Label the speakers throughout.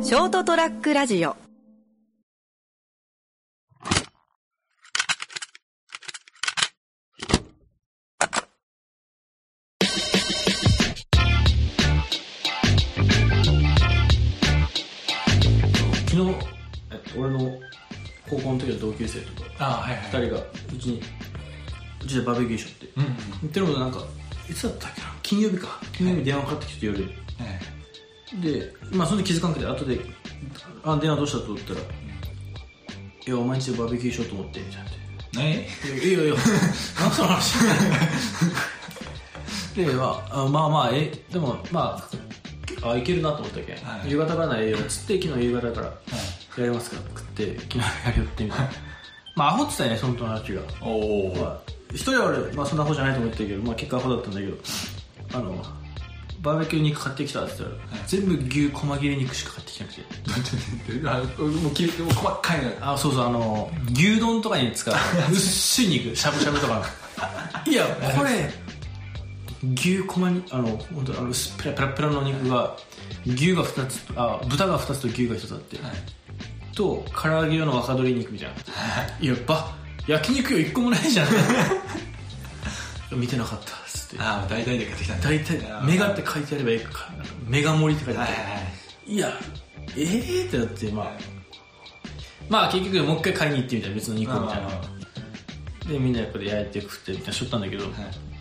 Speaker 1: ショートトラックラジオ
Speaker 2: 昨日、えっと、俺の高校の時の同級生とか
Speaker 3: あはいはい
Speaker 2: 二人がうちにうちでバーベキューしようって、言ってることなんかいつだったっけな金曜日か金曜日電話かかってきて夜、
Speaker 3: え
Speaker 2: でまあそれで気づかんくて後で「あ電話どうした?」と思ったら「いやお前んちでバーベキューしようと思って」みたいな
Speaker 3: え
Speaker 2: 「いやいや いや何その話」で、まあ、あまあまあえでもまああいけるなと思ったけん、
Speaker 3: はい
Speaker 2: 夕方からならええよっつって昨日夕方からやりますか食って昨日やりよってみたいなまあアホって言ったよねその友達が
Speaker 3: おおー
Speaker 2: まあ一人は俺、まあ、そんな方じゃないと思ってたけど、まあ、結果アホだったんだけどあのバーベキュー肉買ってきたって言ったら、全部牛細切れ肉しか買ってきてなくて
Speaker 3: あもう切れてもう細かいな
Speaker 2: あそうそうあの牛丼とかに 使う薄い肉しゃぶしゃぶとかいやこれ牛こまにあの本当あの薄っぺらペラペラの肉が牛が2つとあ豚が2つと牛が1つあって、と唐揚げ用の若鶏肉みたいないやっぱ焼肉用1個もないじゃん 見てなかったっつって
Speaker 3: ああ大体で買ってきたんだ
Speaker 2: 大体
Speaker 3: あ
Speaker 2: 「
Speaker 3: ー
Speaker 2: メガ」って書いてあればいいかなんかメガ盛りって書いてあ
Speaker 3: は
Speaker 2: っ
Speaker 3: い
Speaker 2: て、
Speaker 3: はいはい
Speaker 2: いや、えーってなって、まあ、まあ結局もう一回買いに行ってみたい、別の肉をみたい
Speaker 3: まあまあま
Speaker 2: な。で、みんなやっぱり焼いて食ってみたいなしょったんだけど、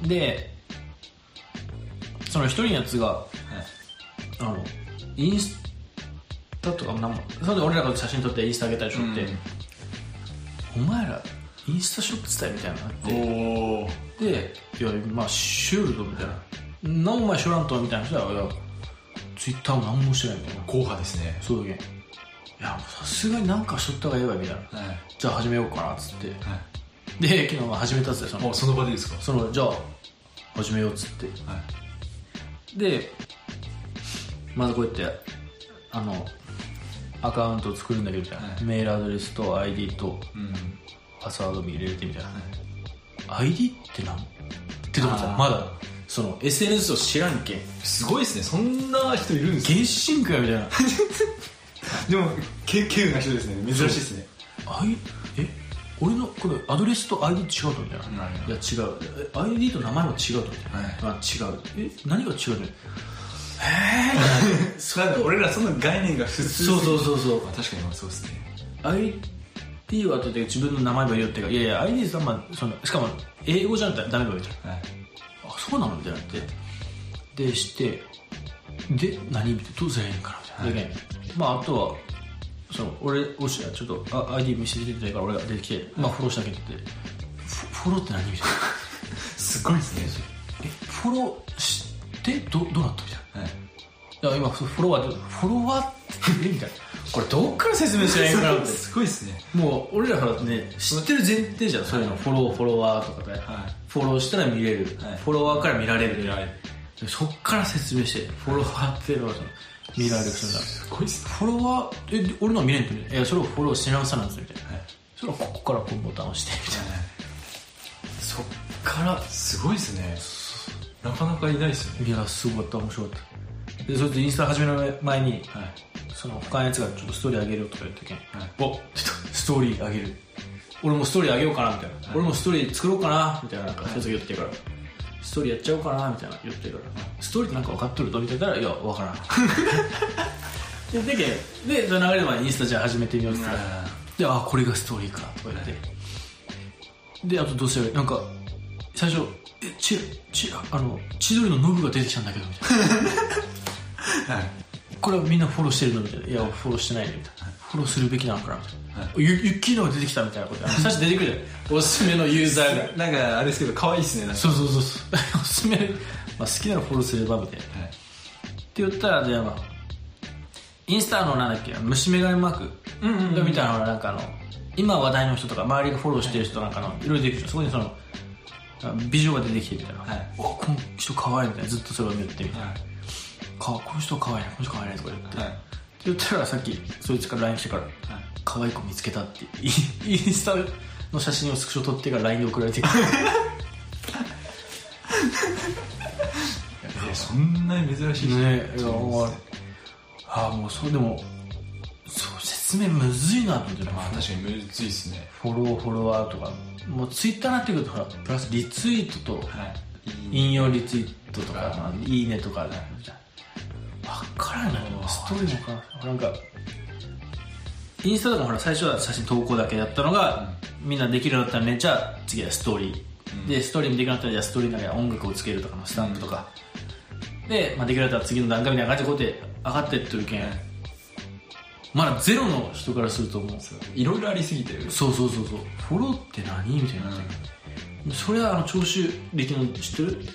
Speaker 2: で、その一人のやつが、あの、インスタとかもなんも、それで俺らが写真撮ってインスタ上げたりしょって、お前ら、インスタショップ伝えみたいなのあって、
Speaker 3: おお
Speaker 2: で、いや、まあ、シュールドみたいな。なんお前知らんとみたいな人は、いや、ツイッターも何もしてないみたいな。
Speaker 3: 硬派ですね
Speaker 2: そうだけんいやもうさすがになんかしとった方がやばいみたいな
Speaker 3: はい
Speaker 2: じゃあ始めようかなっつって
Speaker 3: は
Speaker 2: で昨日は始めたっつってそ
Speaker 3: い
Speaker 2: の
Speaker 3: おその場でですか
Speaker 2: そのじゃあ始めようっつって
Speaker 3: はい
Speaker 2: でまずこうやってあのアカウントを作るんだけどみたいな、
Speaker 3: はい
Speaker 2: メールアドレスと ID と
Speaker 3: うん
Speaker 2: パスワードも入れてみたいな、ID ってなんってとこさ
Speaker 3: あー
Speaker 2: まだその SNS を知らんけん
Speaker 3: すごいですねそんな人いるんですか
Speaker 2: 原始神話みたいな
Speaker 3: でもけ稀有な人ですね珍しいですね
Speaker 2: あいえ俺のこれアドレスと ID 違うとみたいな、いや違うえ ID と名前も違うとあ違うえ何が違うの
Speaker 3: そうだ俺らその概念が普通
Speaker 2: そうそうそうそう
Speaker 3: まあ確かにまあそうですね
Speaker 2: ID を当てて自分の名前ば言うってかいやいや ID さんまそのしかも英語じゃなくてダメば言うじゃん
Speaker 3: はい
Speaker 2: あそうなのみたいになってでしてで何見てどうすりゃいいんかなみたいな、でまああとはその俺おしちょっとあ ID 見せてくれたから俺が出てきて、まあ、フォローしなきゃって言ってフフォローって何みたいな
Speaker 3: すごいですね
Speaker 2: えフォローしてどどうなったみたいな
Speaker 3: はい
Speaker 2: だから今フォロワーでフォロワーってみたいなこれどっから説明しないいんかなって
Speaker 3: すごいですね
Speaker 2: もう俺らからね知ってる前提じゃんそういうのフォローフォロワーとかで、
Speaker 3: はい
Speaker 2: フォローしたら見れる、
Speaker 3: はい
Speaker 2: フォロワーから見られる見られるそっから説明してフォロワーっていうのはその見られるそれだ
Speaker 3: すごいですね
Speaker 2: フォロワーえ俺の見れんってみたいないやそれをフォローし直さなんですよみたいな、それはここからこうボタンを押してみたいな
Speaker 3: そっからすごいですねなかなかいないですよね
Speaker 2: いやすごかった面白かったでそれでインスタ始める前に、
Speaker 3: はい
Speaker 2: その他のやつがちょっとストーリーあげるよとか言ったけん、
Speaker 3: はい
Speaker 2: おちょっとストーリーあげる俺もストーリーあげようかなみたいな、俺もストーリー作ろうかなみたいななんかそういう時言ってから、ストーリーやっちゃおうかなみたいな言ってから、ストーリーってなんか分かっとるとみたいならいや分からんででけんでその流れでまあインスタじゃあ始めてみようって言ったら、であこれがストーリーかとか言って、であとどうせよりなんか最初えちちあの千鳥のノブが出てきたんだけどみたいな
Speaker 3: はい
Speaker 2: これはみんなフォローしてるのみたいな。いや、フォローしてないねみたいな。フォローするべきなのかなみたいな。ゆゆっきーのが出てきたみたいなことや。最初出てくるじゃん。おすすめのユーザーが。
Speaker 3: なんかあれですけど可愛いですねなんか
Speaker 2: そうそうそうそう。 おすすめ、まあ、好きならフォローすればみたいな。
Speaker 3: は
Speaker 2: っ
Speaker 3: い
Speaker 2: て言ったらでまあインスタのなんだっけ虫眼鏡マークみたいなのなんかあの今話題の人とか周りがフォローしてる人なんかのいろいろ出てくるでしょそこにそのあ美女が出てきてみたいな、
Speaker 3: はい
Speaker 2: おこの人可愛いみたいなずっとそれを見てみたいな、
Speaker 3: はい
Speaker 2: かこの人可愛いねこの人可愛いねとか言って、
Speaker 3: はい
Speaker 2: って言ったらさっきそいつから LINE してから、可愛い子見つけたってイン インスタの写真をスクショ撮ってから LINE で送られてくる
Speaker 3: いやそんなに珍しい人
Speaker 2: ねえいやもうああもうそうでも説明むずいなと思って
Speaker 3: まあ確かにむずいっすね
Speaker 2: フォローフォロワーとかもうツイッターになってくるとほらプラスリツイートと
Speaker 3: はい
Speaker 2: 引用リツイートとか、
Speaker 3: はい
Speaker 2: まあいいねとかあるじゃん分からない
Speaker 3: あー
Speaker 2: ストーリーもかなんかインスタとかもほら最初は写真投稿だけやったのが、みんなできるようになったらねじゃあ次はストーリー、
Speaker 3: うん
Speaker 2: でストーリーもできるようになったらじゃあストーリーの中に音楽をつけるとかのスタンプとか、で、まあ、できるようになったら次の段階みたいな感じでこうやって上がってってるけんまだゼロの人からすると思う
Speaker 3: そういろいろありすぎてる
Speaker 2: そうそうそうそうフォローって何みたいになってる、それはあの聴取歴の知ってる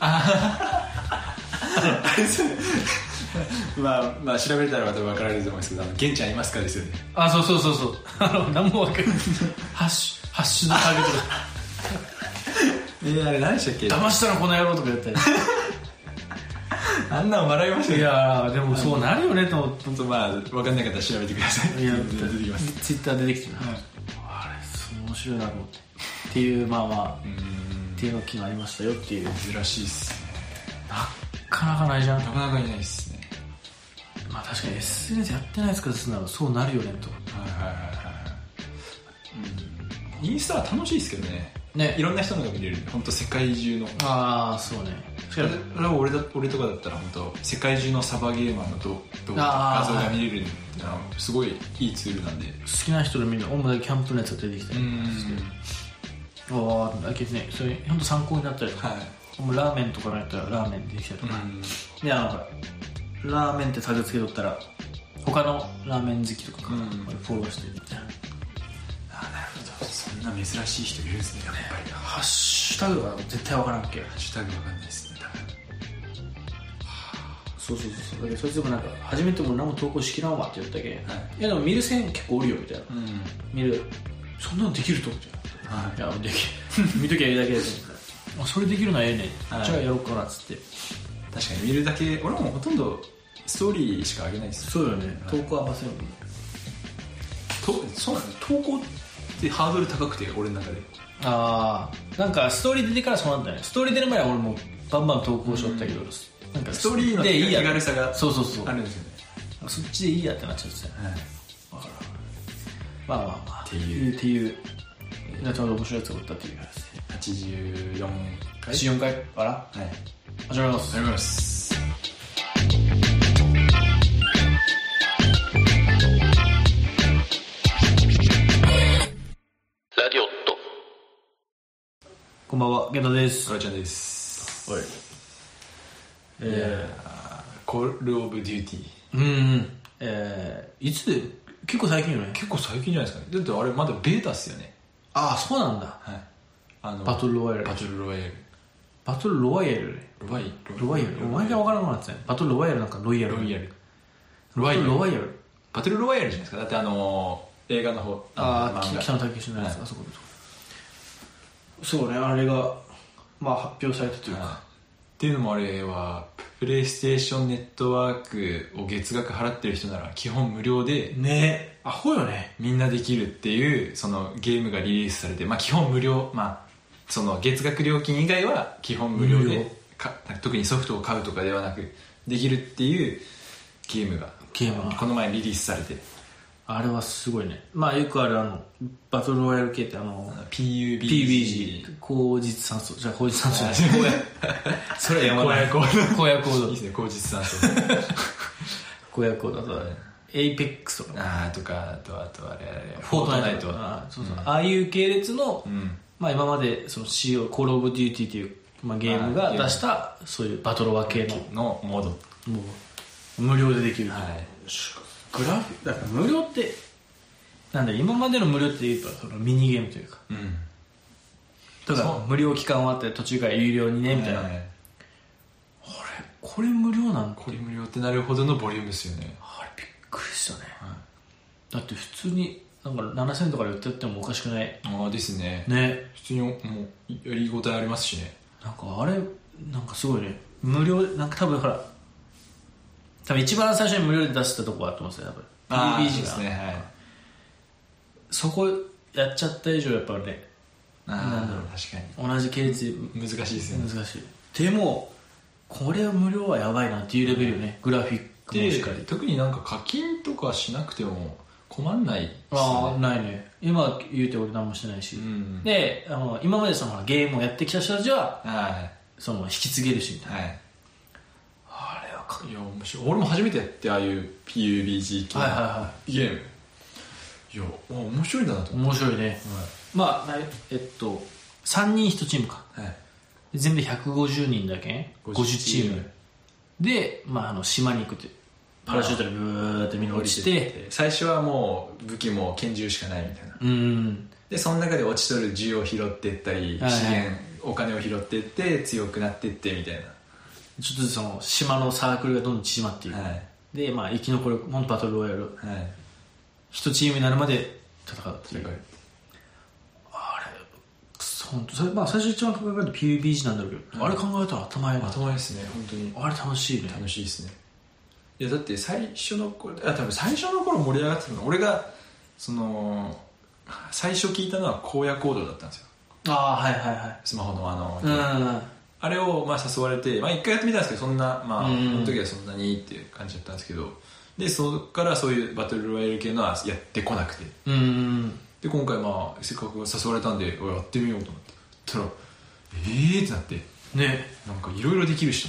Speaker 3: まあまあ調べたらまた分かられると思うんですけどあの玄ちゃんいますかですよね
Speaker 2: あそうそうそう そうあの何もわかんないハッシュハッシュのタグとか
Speaker 3: えー、あれ何でしたっけ
Speaker 2: 騙したのこの野郎とかやったり
Speaker 3: あんなん笑いました
Speaker 2: い
Speaker 3: よ
Speaker 2: やーでもそうなるよねと思って
Speaker 3: 本当まあ分かんなかったら調べてください
Speaker 2: いや
Speaker 3: 全然出てきます
Speaker 2: ツイッター出てきてな、
Speaker 3: はい
Speaker 2: あれそう面白いなと思ってっていうまあまあっていうのが昨日ありましたよっていうな
Speaker 3: 珍しいっすね
Speaker 2: かなかないじゃん
Speaker 3: なかなかいないっすね
Speaker 2: まあ確かに SNS やってないですからすならそうなるよねと
Speaker 3: はいはいはいはいインスタは楽しいですけどね
Speaker 2: ね
Speaker 3: いろんな人のが見れる本当世界中の
Speaker 2: ああそうね
Speaker 3: それは俺だ俺とかだったら本当世界中のサバゲーマーの動動
Speaker 2: あ
Speaker 3: 画
Speaker 2: ー
Speaker 3: 像が見れるってのはすごいいいツールなんで
Speaker 2: 好きな人で見る主にキャンプのやつが出てきたりああだけどねそれ本当参考になったりとか、
Speaker 3: はい
Speaker 2: もうラーメンとかのやったらラーメン出てきたりとか、であのほらラーメンってタグつけとったら他のラーメン好きとかが
Speaker 3: うん
Speaker 2: フォローしてるみたいな、
Speaker 3: そんな珍しい人いるんですねやっぱり
Speaker 2: ハッシュタグは絶対わからんっけ
Speaker 3: ハッシュタグわかんないですね多分
Speaker 2: そうそうそうそうだけどそいつでもなんか初めても何も投稿しきらんわって言ったけん、、
Speaker 3: はい
Speaker 2: やでも見る線結構おるよみたいな、
Speaker 3: うん
Speaker 2: 見るそんなのできると思って
Speaker 3: はい
Speaker 2: いやでき 見ときゃいいだけで あそれできるのはええねん、
Speaker 3: はい
Speaker 2: じゃあやろうかなっつって
Speaker 3: 確かに見るだけ俺もほとんどストーリーしか上げないです
Speaker 2: そうよね投稿はません
Speaker 3: とそうなんです投稿ってハードル高くて俺の中で
Speaker 2: ああんかストーリー出てからそうなんだよねストーリー出る前は俺もバンバン投稿しとったけど、なんか
Speaker 3: ストーリーの
Speaker 2: でいい
Speaker 3: 手
Speaker 2: や
Speaker 3: 軽さが
Speaker 2: そうそうそう
Speaker 3: あるんですよね
Speaker 2: そっちでいいやってなっちゃうんですよね
Speaker 3: はい
Speaker 2: まあまあまあ
Speaker 3: っていう
Speaker 2: っていうなちょうど面白いやつがおったっていう話で
Speaker 3: 84回
Speaker 2: 四回あら
Speaker 3: はいありが
Speaker 2: 始まります
Speaker 3: とうございます
Speaker 2: こんばんは源田です
Speaker 3: そらちゃんです
Speaker 2: おいえ
Speaker 3: コールオブデューティー
Speaker 2: ー、うんえー、いつ結構最近よね
Speaker 3: 結構最近じゃないですかねだってあれまだベータっすよね
Speaker 2: ああそうなんだ
Speaker 3: はいあの
Speaker 2: バトルロワイヤル
Speaker 3: バトルロワイヤル
Speaker 2: バトルロワイヤルね
Speaker 3: ロワイ
Speaker 2: ロワイヤルお前が分からなくなってたよバトルロワイヤルなんかロイヤル
Speaker 3: ロイヤル
Speaker 2: ロワイヤルロワイヤル
Speaker 3: バトルロワイヤルじゃないですかだってあのー映画の方
Speaker 2: あ
Speaker 3: の
Speaker 2: あ
Speaker 3: 漫画
Speaker 2: 北野武のやつ、あそこのとこそうねあれがまあ発表されたというか、
Speaker 3: っていうのもあれはプレイステーションネットワークを月額払ってる人なら基本無料で
Speaker 2: ねアホよね
Speaker 3: みんなできるっていうそのゲームがリリースされて、まあ、基本無料、まあ、その月額料金以外は基本無料
Speaker 2: 無
Speaker 3: で
Speaker 2: 料
Speaker 3: か特にソフトを買うとかではなくできるっていうゲームが
Speaker 2: ゲームが
Speaker 3: この前リリースされて
Speaker 2: あれはすごいねまあよくあるあのバトルロイヤル系ってあの
Speaker 3: あの PUBG
Speaker 2: PBG 高実酸素じゃあ高実酸素じゃない それは山
Speaker 3: 荒野行動
Speaker 2: 荒野行
Speaker 3: いい
Speaker 2: 動
Speaker 3: ですね口実さんと
Speaker 2: 荒野行動だとエイペックスとか
Speaker 3: ああとかあとあとあれあれ
Speaker 2: フォートナイト
Speaker 3: フォートナイ
Speaker 2: あそうそうああいう系列の、
Speaker 3: ん
Speaker 2: まあ、今までその CO コール・オブ・デューティーという、まあ、ゲームが出したそういうバトロワ系の
Speaker 3: トのモード
Speaker 2: もう無料でできる、
Speaker 3: はい
Speaker 2: グラフィだから無料ってなんだろう今までの無料って言うとそのミニゲームというか
Speaker 3: うん
Speaker 2: ただ
Speaker 3: そう
Speaker 2: 無料期間終わって途中から有料にねみたいな、
Speaker 3: はい
Speaker 2: これこれ無料なんか
Speaker 3: これ無料ってなるほどのボリュームですよね
Speaker 2: あれびっくりしたね、だって普通になんか7000とかで売っててもおかしくない
Speaker 3: ああですね
Speaker 2: ね
Speaker 3: 普通にもうやりごたえありますしね
Speaker 2: なんかあれなんかすごいね無料なんか多分ほら多分一番最初に無料で出したとこはあってますね多分 PUBG が
Speaker 3: ですねはい
Speaker 2: そこやっちゃった以上やっぱね
Speaker 3: ああ確か
Speaker 2: 同じ系列で
Speaker 3: に難しいですよね
Speaker 2: 難しいでもこれは無料はやばいなっていうレベルよねグラフィックもしっか
Speaker 3: で
Speaker 2: り
Speaker 3: 特になんか課金とかしなくても困んないっすね
Speaker 2: ああないね今言うて俺何もしてないし、
Speaker 3: うん
Speaker 2: であの今までそのゲームをやってきた人たちは
Speaker 3: は
Speaker 2: その引き継げるしみたい
Speaker 3: い
Speaker 2: な
Speaker 3: はい
Speaker 2: あれはかっ
Speaker 3: いや面白い俺も初めてやってああいう PUBG 系の
Speaker 2: はいはいは
Speaker 3: ゲームいやあ面白いんだなと
Speaker 2: い
Speaker 3: 思っ
Speaker 2: 面白いねまあえっと3人1チームか
Speaker 3: て、はい、
Speaker 2: 全部で150人だけん50
Speaker 3: 50
Speaker 2: チームで、まあ、あの島に行くってパラシュートでブーってみんな落ちて
Speaker 3: 最初はもう武器も拳銃しかないみたいな
Speaker 2: うん
Speaker 3: でその中で落ちとる銃を拾ってったり
Speaker 2: はいはい
Speaker 3: 資源お金を拾ってって強くなってってみたい
Speaker 2: ちょっとずつその島のサークルがどんどん縮まっていく、
Speaker 3: なはい
Speaker 2: で、まあ、生き残る本当バトルロイヤル
Speaker 3: はい
Speaker 2: 一チームになるまで戦うっていう
Speaker 3: 戦う
Speaker 2: あれくそ本当それまあ最初一番考えたの PUBG なんだろうけど、あれ考えたら頭いいな
Speaker 3: 頭いいですね本当に
Speaker 2: あれ楽しいね
Speaker 3: 楽しいですねいやだって最初の頃あ多分最初の頃盛り上がってたの俺がその最初聞いたのは荒野行動だったんですよ
Speaker 2: ああはいはいはい
Speaker 3: スマホのあの、
Speaker 2: うん
Speaker 3: あれをまあ誘われてまあ一回やってみたんですけどそんなまあ、
Speaker 2: うん
Speaker 3: その時はそんなにっていう感じだったんですけどでそこからそういうバトルロイヤル系のはやってこなくて
Speaker 2: うん
Speaker 3: で今回まあせっかく誘われたんでおいやってみようと思ってそしたらえーってなって
Speaker 2: ね
Speaker 3: なんかいろいろできるし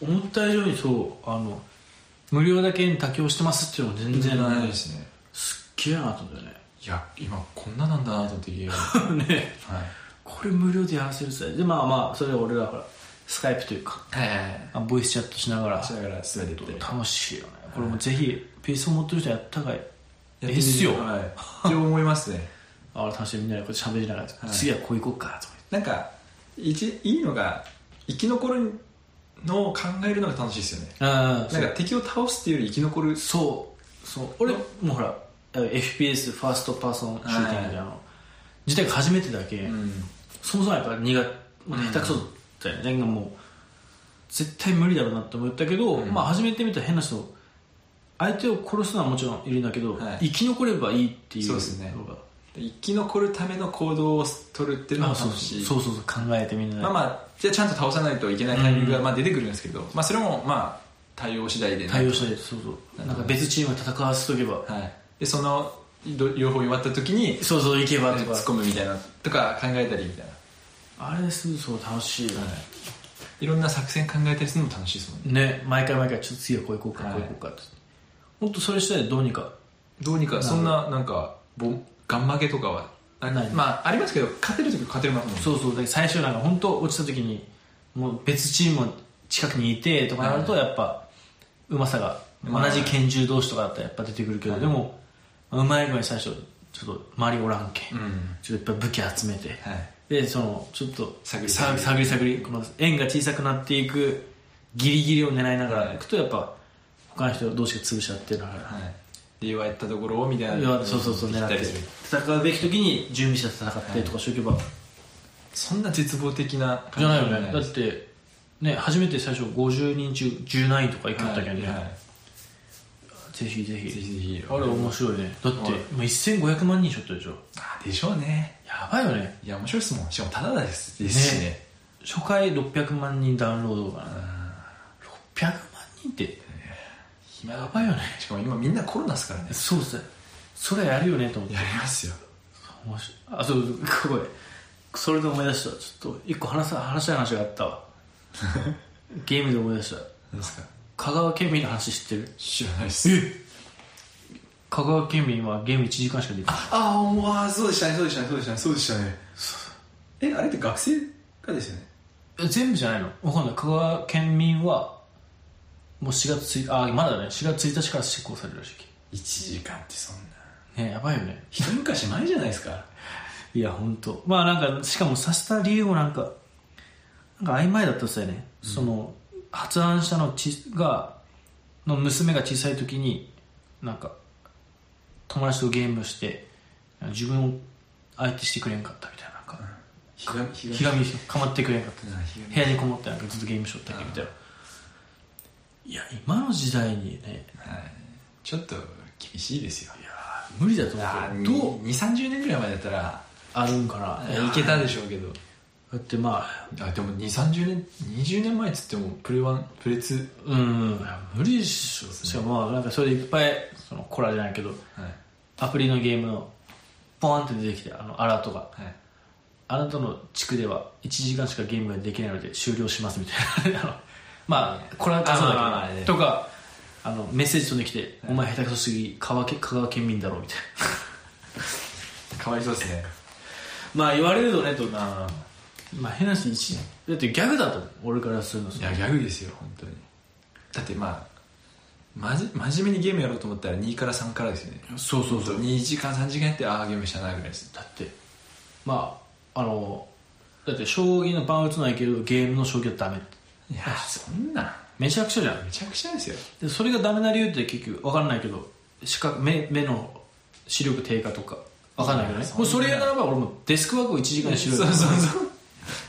Speaker 3: と思って
Speaker 2: 思った以上にそうあの無料だけに妥協してますっていうのも全然
Speaker 3: な
Speaker 2: ないい
Speaker 3: ですね
Speaker 2: すっげえなと思ったよ
Speaker 3: いや今こんななんだなと思ってゲーム
Speaker 2: ね ね
Speaker 3: はい
Speaker 2: これ無料でやらせるっすねでまあまあそれは俺らほらスカイプというか
Speaker 3: はいはいはい
Speaker 2: あボイスチャットしながら
Speaker 3: しながら進めていって
Speaker 2: 楽しいよねこれもぜひ PC を持ってる人はやった方がいいえ
Speaker 3: え
Speaker 2: っすよ
Speaker 3: はい一応思いますね
Speaker 2: ああ楽しいみんなでこうやって喋りながら、
Speaker 3: い
Speaker 2: 次はこう行こうかとか
Speaker 3: なんかいちいいのが生き残るのを考えるのが楽しいですよね
Speaker 2: あ
Speaker 3: なんか敵を倒すっていうより生き残る
Speaker 2: そうそう俺もうほら FPS ファーストパーソンシューティングじゃん自体が初めてだけ、
Speaker 3: うん
Speaker 2: そもそもやっぱ苦手、まあ、下手くそだったよね、なんかもう絶対無理だろうなって思ったけど、まあ初めて見たら変な人相手を殺すのはもちろんいるんだけど、
Speaker 3: は
Speaker 2: 生
Speaker 3: い
Speaker 2: き残ればいいっていう
Speaker 3: そうですね
Speaker 2: のが
Speaker 3: 生き残るための行動を取るっていうの
Speaker 2: あ
Speaker 3: が
Speaker 2: そう
Speaker 3: 楽
Speaker 2: そ
Speaker 3: し
Speaker 2: う
Speaker 3: い
Speaker 2: そうそうそう考えてみんなで、
Speaker 3: まあまあじゃあちゃんと倒さないといけないタイミングがまあ出てくるんですけど、まあ、それもまあ対応次第で
Speaker 2: 対応した
Speaker 3: 第
Speaker 2: りそうそうなんか別チームが戦わせとけば
Speaker 3: はい、でそのど両方弱った時に
Speaker 2: そうそう行けば
Speaker 3: 突
Speaker 2: と
Speaker 3: っ
Speaker 2: か
Speaker 3: 込むみたいなとか考えたりみたいな、
Speaker 2: あれすそう楽しいよね、
Speaker 3: はい、いろんな作戦考えたりするのも楽しいですもんね
Speaker 2: ね毎回毎回ちょっと次はこういこうか、
Speaker 3: はい
Speaker 2: こういこうかって本当それ次第でどうにか
Speaker 3: どうにかそんななんかぼガン負けとかはあ
Speaker 2: ない
Speaker 3: まあありますけど勝てる時は勝てるますもんね
Speaker 2: そうそうで最初なんか本当落ちた時にもう別チームも近くにいてとかなるとやっぱうまさが同
Speaker 3: はい
Speaker 2: じ拳銃同士とかだったらやっぱ出てくるけど、でもうまい具合に最初ちょっと周りおらんけん、
Speaker 3: うん
Speaker 2: ちょっといっぱい武器集めて、
Speaker 3: はい
Speaker 2: でそのちょっと
Speaker 3: 探り
Speaker 2: さ
Speaker 3: 探り
Speaker 2: 探り探りこの円が小さくなっていくギリギリを狙いながらいくとやっぱ他の人同士が潰し合ってながら、
Speaker 3: はい、で弱ったところをみたい
Speaker 2: い
Speaker 3: な
Speaker 2: やそうそうそう狙
Speaker 3: 行
Speaker 2: っ
Speaker 3: った
Speaker 2: て
Speaker 3: りする
Speaker 2: 戦うべき時に準備して戦ってとかしておけば、
Speaker 3: そんな絶望的な
Speaker 2: じゃないよ
Speaker 3: は
Speaker 2: ねだってね初めて最初50人中10何位とかいくんだけどね、
Speaker 3: はいはい
Speaker 2: ぜひぜひ
Speaker 3: ぜひぜひ
Speaker 2: あれ面白いねだって、
Speaker 3: はい
Speaker 2: 今1500万人しょったでしょ
Speaker 3: あでしょうね
Speaker 2: やばいよね
Speaker 3: いや面白いですもんしかもタダですですしね
Speaker 2: ね初回600万人ダウンロードかな600万人って
Speaker 3: 暇
Speaker 2: や
Speaker 3: だ
Speaker 2: ばいよね
Speaker 3: しかも今みんなコロナですからね
Speaker 2: そうっすねそれやるよねと思って
Speaker 3: やりますよ
Speaker 2: 面白いあそうすごいそれで思い出したちょっと一個話さ話したい話があった わゲームで思い出した
Speaker 3: 何ですか
Speaker 2: 香川県民の話知ってる
Speaker 3: 知らないっすえ
Speaker 2: 香川県民はゲーム1時間しかできない
Speaker 3: ああもうそうでしたねそうでしたねそうでしたねそうでしたねえあれって学生がですよね
Speaker 2: え全部じゃないのわかんない香川県民はもう4月1日あまだね4月1日から施行されるらし
Speaker 3: 1時間ってそんない
Speaker 2: ねやばいよね
Speaker 3: 一昔前じゃないですか
Speaker 2: いや本当。まあなんかしかもさせた理由もなんかなんか曖昧だったっすよね、その発案者のちがの娘が小さい時になんか友達とゲームして自分を相手してくれんかったみたいななんか、
Speaker 3: ひがみひ
Speaker 2: ひがみかまってくれんかった
Speaker 3: うんひがみ
Speaker 2: 部屋にこもってなんかずっとゲームしよったっけみたいないや今の時代にね
Speaker 3: ちょっと厳しいですよ
Speaker 2: いや無理だと思うけどどう
Speaker 3: どう2三3 0年ぐらい前だったら
Speaker 2: あるんかないいや
Speaker 3: やいけたでしょうけど
Speaker 2: だってまあ
Speaker 3: あでも2 3 0年20年前っつってもプレワンプレツ
Speaker 2: うんいや無理っしょしかもまあなんかそれでいっぱいそのコラじゃないけど
Speaker 3: はい
Speaker 2: アプリのゲームのポーンって出てきてあのアラートが
Speaker 3: はい
Speaker 2: あなたの地区では1時間しかゲームができないので終了しますみたいな あのまあこれは出さ
Speaker 3: あまあまあまあ
Speaker 2: なき
Speaker 3: ね
Speaker 2: ゃとかあのメッセージ飛んできて「お前下手くそすぎ香川県香川県民だろ」みたいな
Speaker 3: かわいそうですね
Speaker 2: まあ言われるとねとな
Speaker 3: あ
Speaker 2: まあ変な話一だってギャグだと思う俺からするの
Speaker 3: いやギャグですよ本当にだってまあまじ真面目にゲームやろうと思ったら2から3からですよね
Speaker 2: そうそうそう
Speaker 3: 2時間3時間やってああゲームしたなぐらいです
Speaker 2: だってまああのだって将棋の盤打つのはいいけどゲームの将棋はダメ
Speaker 3: いやそんな
Speaker 2: めちゃくちゃじゃん
Speaker 3: めちゃくちゃですよ
Speaker 2: でそれがダメな理由って結局分かんないけど視覚目目の視力低下とか分かんないけど
Speaker 3: い
Speaker 2: ね
Speaker 3: やそん
Speaker 2: も
Speaker 3: な
Speaker 2: うそれやならば俺もデスクワークを1時間にしろよ
Speaker 3: そうそう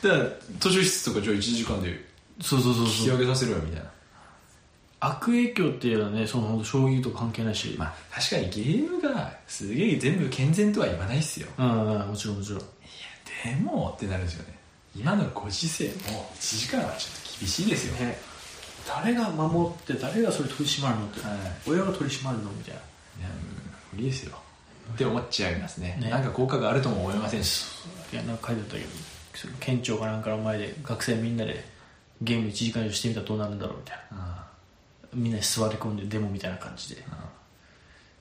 Speaker 3: そうだから図書室とかじゃあ1時間で
Speaker 2: そうそうそう
Speaker 3: 引
Speaker 2: そ
Speaker 3: き
Speaker 2: う
Speaker 3: 上げさせるよみたいな
Speaker 2: 悪影響っていうのはねその本当将棋とか関係ないし、
Speaker 3: まあ確かにゲームがすげえ全部健全とは言わないっすよ
Speaker 2: うんうんもちろんもちろん
Speaker 3: でもってなるんですよね今のご時世も1時間はちょっと厳しいですよ、
Speaker 2: ね誰が守って誰がそれ取り締まるのって、
Speaker 3: はい
Speaker 2: 親が取り締まるのみたいない
Speaker 3: や無理ですよって思っちゃいますね
Speaker 2: ね
Speaker 3: なんか効果があるとも思えませんし
Speaker 2: いやなんか書いてあったけどその県庁かなんかの前で学生みんなでゲーム1時間以上してみたらどうなるんだろうみたいな
Speaker 3: あ
Speaker 2: みんなで座り込んでデモみたいな感じで
Speaker 3: あ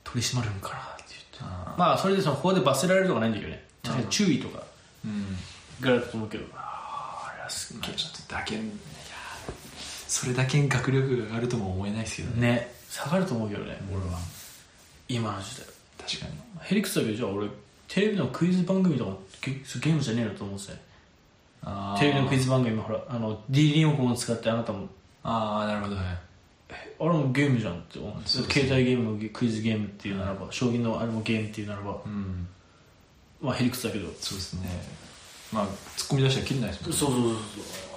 Speaker 2: 取り締まるんかなって言って
Speaker 3: あ
Speaker 2: まあそれでその法で罰せられるとかないんだけどね確かに注意とか
Speaker 3: うん
Speaker 2: ぐらいだと思うけどあれはすっ
Speaker 3: ま
Speaker 2: げ
Speaker 3: あちょっとだけいやそれだけ学力が上がるとも思えないですけどね
Speaker 2: えね下がると思うけどね
Speaker 3: 俺は
Speaker 2: 今の時代
Speaker 3: 確かに
Speaker 2: ヘリクスだけどじゃあ俺テレビのクイズ番組とかゲゲームじゃねえのと思うんですね
Speaker 3: あー
Speaker 2: テレビのクイズ番組もほらあの D リモコンを使ってあなたも
Speaker 3: ああなるほどね
Speaker 2: あれもゲームじゃんって思うんですよ
Speaker 3: そうそう
Speaker 2: 携帯ゲームもクイズゲームっていうならば将棋のあれもゲームっていうならば
Speaker 3: うん
Speaker 2: まあヘリクスだけど
Speaker 3: そうですねまあ突っ込み出したら切れないですもんね
Speaker 2: そうそうそうそう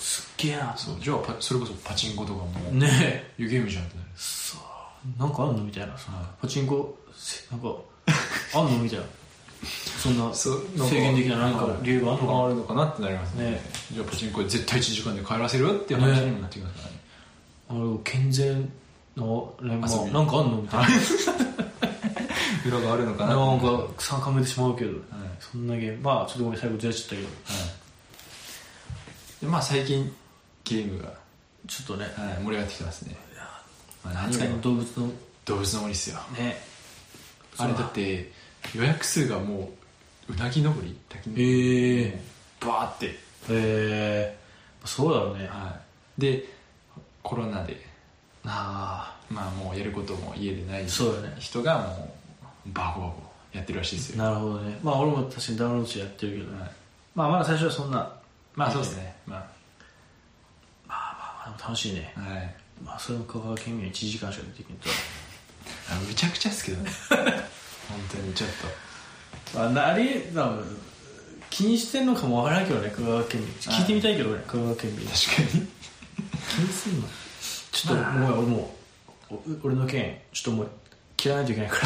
Speaker 2: すっげえな
Speaker 3: そうじゃあパそれこそパチンコとかもい
Speaker 2: ねえ
Speaker 3: うゲームじゃんってなる
Speaker 2: さあなんかあんのみたいなさ
Speaker 3: は
Speaker 2: パチンコせなんかあんのみたい なそんな
Speaker 3: そう
Speaker 2: 制
Speaker 3: なんか
Speaker 2: 限的ななんか理由があんのか
Speaker 3: あるのかなってなりますね
Speaker 2: ね
Speaker 3: じゃあパチンコで絶対1時間で帰らせるよっていう話にもなってきますからね
Speaker 2: なあれ健全の連
Speaker 3: 遊
Speaker 2: 合
Speaker 3: び
Speaker 2: なんかあんのみたいな
Speaker 3: 裏があるのかな
Speaker 2: なん
Speaker 3: はい
Speaker 2: か参加めてしまうけどそんなゲームまあちょっとごめん最後ずれちゃったけど
Speaker 3: でまあ最近ゲームが、
Speaker 2: ちょっとね
Speaker 3: はい、盛り上がってきてますねまあ、何
Speaker 2: 扱い
Speaker 3: が
Speaker 2: の動物の
Speaker 3: 動物の森っすよ
Speaker 2: ね
Speaker 3: あれだって予約数がもううなぎ登り滝登り
Speaker 2: へえ
Speaker 3: バーって、
Speaker 2: えー、そうだろうね
Speaker 3: はい、でコロナで
Speaker 2: あ
Speaker 3: まあもうやることも家でない
Speaker 2: あそうだね
Speaker 3: 人がもうバコバコやってるらしいですよ、
Speaker 2: なるほどねまあ俺も確かにダウンロードしてやってるけどね
Speaker 3: はい
Speaker 2: まあまだ最初はそんな
Speaker 3: まあそうですね、ま
Speaker 2: あでも楽しいね
Speaker 3: あはい、
Speaker 2: まあそれも香川県民は1時間しかできんと
Speaker 3: あむちゃくちゃですけ どね本当にちょっ
Speaker 2: まあなり多分気にしてんのかもわからんけどね香川県民
Speaker 3: はい
Speaker 2: 聞いてみたいけどね香川県民
Speaker 3: と確かに
Speaker 2: 気にすんのちょっとごめん俺もうお俺の件ちょっともう切らないといけないか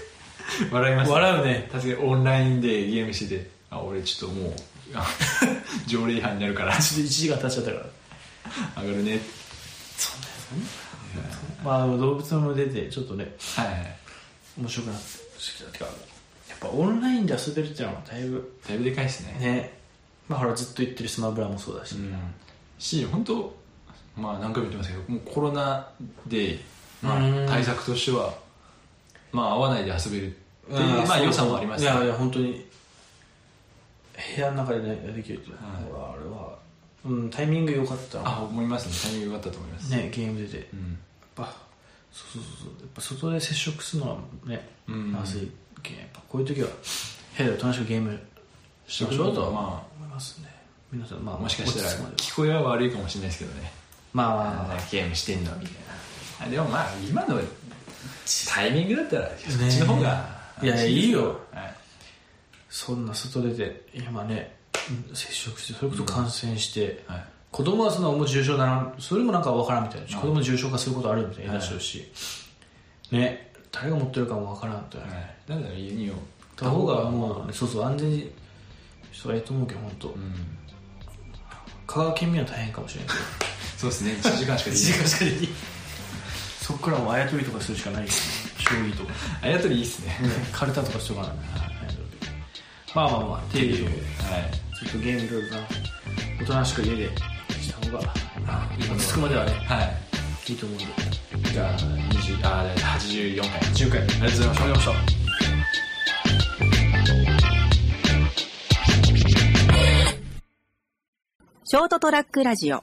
Speaker 3: 笑いま
Speaker 2: ら
Speaker 3: す
Speaker 2: 笑うね
Speaker 3: 確かにオンラインでゲームしててあ俺ちょっともうあ 条例違反になるから
Speaker 2: ちょっと1時間経っちゃったから
Speaker 3: 上がるね
Speaker 2: そんなまあ動物も出てちょっとね
Speaker 3: はいはい
Speaker 2: 面白くなってきたてかやっぱオンラインで遊べるっていうのはだいぶ
Speaker 3: だいぶでかいですね
Speaker 2: ねまあほらずっと言ってるスマブラもそうだし、
Speaker 3: うんし本当まあ何回も言ってますけどもうコロナで、ま
Speaker 2: うん
Speaker 3: あ、対策としてはまあ会わないで遊べるっていう
Speaker 2: うん
Speaker 3: まあ
Speaker 2: そう
Speaker 3: 良さもあります
Speaker 2: い
Speaker 3: ね
Speaker 2: やいや本当に部屋の中でねできるって、
Speaker 3: はい
Speaker 2: 俺はあれは、うん、タイミング良かったな
Speaker 3: あ思いますねタイミング良かったと思います、
Speaker 2: ねゲーム出てやっ
Speaker 3: うん
Speaker 2: ぱそうそうそうそうやっぱ外で接触するのはね
Speaker 3: うん
Speaker 2: まずいけんやっぱこういう時は部屋でおとなしくゲームしましょうとは
Speaker 3: ま
Speaker 2: 思いますね皆さんまあ
Speaker 3: あもしかしたら
Speaker 2: 落ち着くまで
Speaker 3: 聞こえは悪いかもしれないですけどね
Speaker 2: まあ
Speaker 3: あ
Speaker 2: まあ
Speaker 3: ゲームしてんのみたいなあでもまあ今のタイミングだったらそっちの方が
Speaker 2: いやいいよ
Speaker 3: はい
Speaker 2: そんな外出て今ねうん接触してそれこそ感染して、
Speaker 3: はい
Speaker 2: 子供はそんなもう重症だなそれもなんかわからんみたいな子供重症化することあるみたいな
Speaker 3: はい
Speaker 2: 言い出しうし、ね誰が持ってるかもわからんと、
Speaker 3: はいだから家によ
Speaker 2: た方がもう、ね、そうそう安全に人がいいと思うけど本当、
Speaker 3: うん
Speaker 2: 香川県民は大変かもしれ ないけど
Speaker 3: そうですね1時間しかできな い
Speaker 2: しかできそっからもうあやとりとかするしかないけど将棋とか、
Speaker 3: あやとりいいっすね。
Speaker 2: カルタとかしとかないまあまあまあっていう
Speaker 3: はい。
Speaker 2: ちょっとゲームいろいろなおとなしく家でした方が落ち着くまではね
Speaker 3: はい。
Speaker 2: いいと思うんで
Speaker 3: じゃあ、20、あ、84回。あり
Speaker 2: 10回
Speaker 3: がとうございました。ありがとうございました。
Speaker 1: ショートトラックラジオ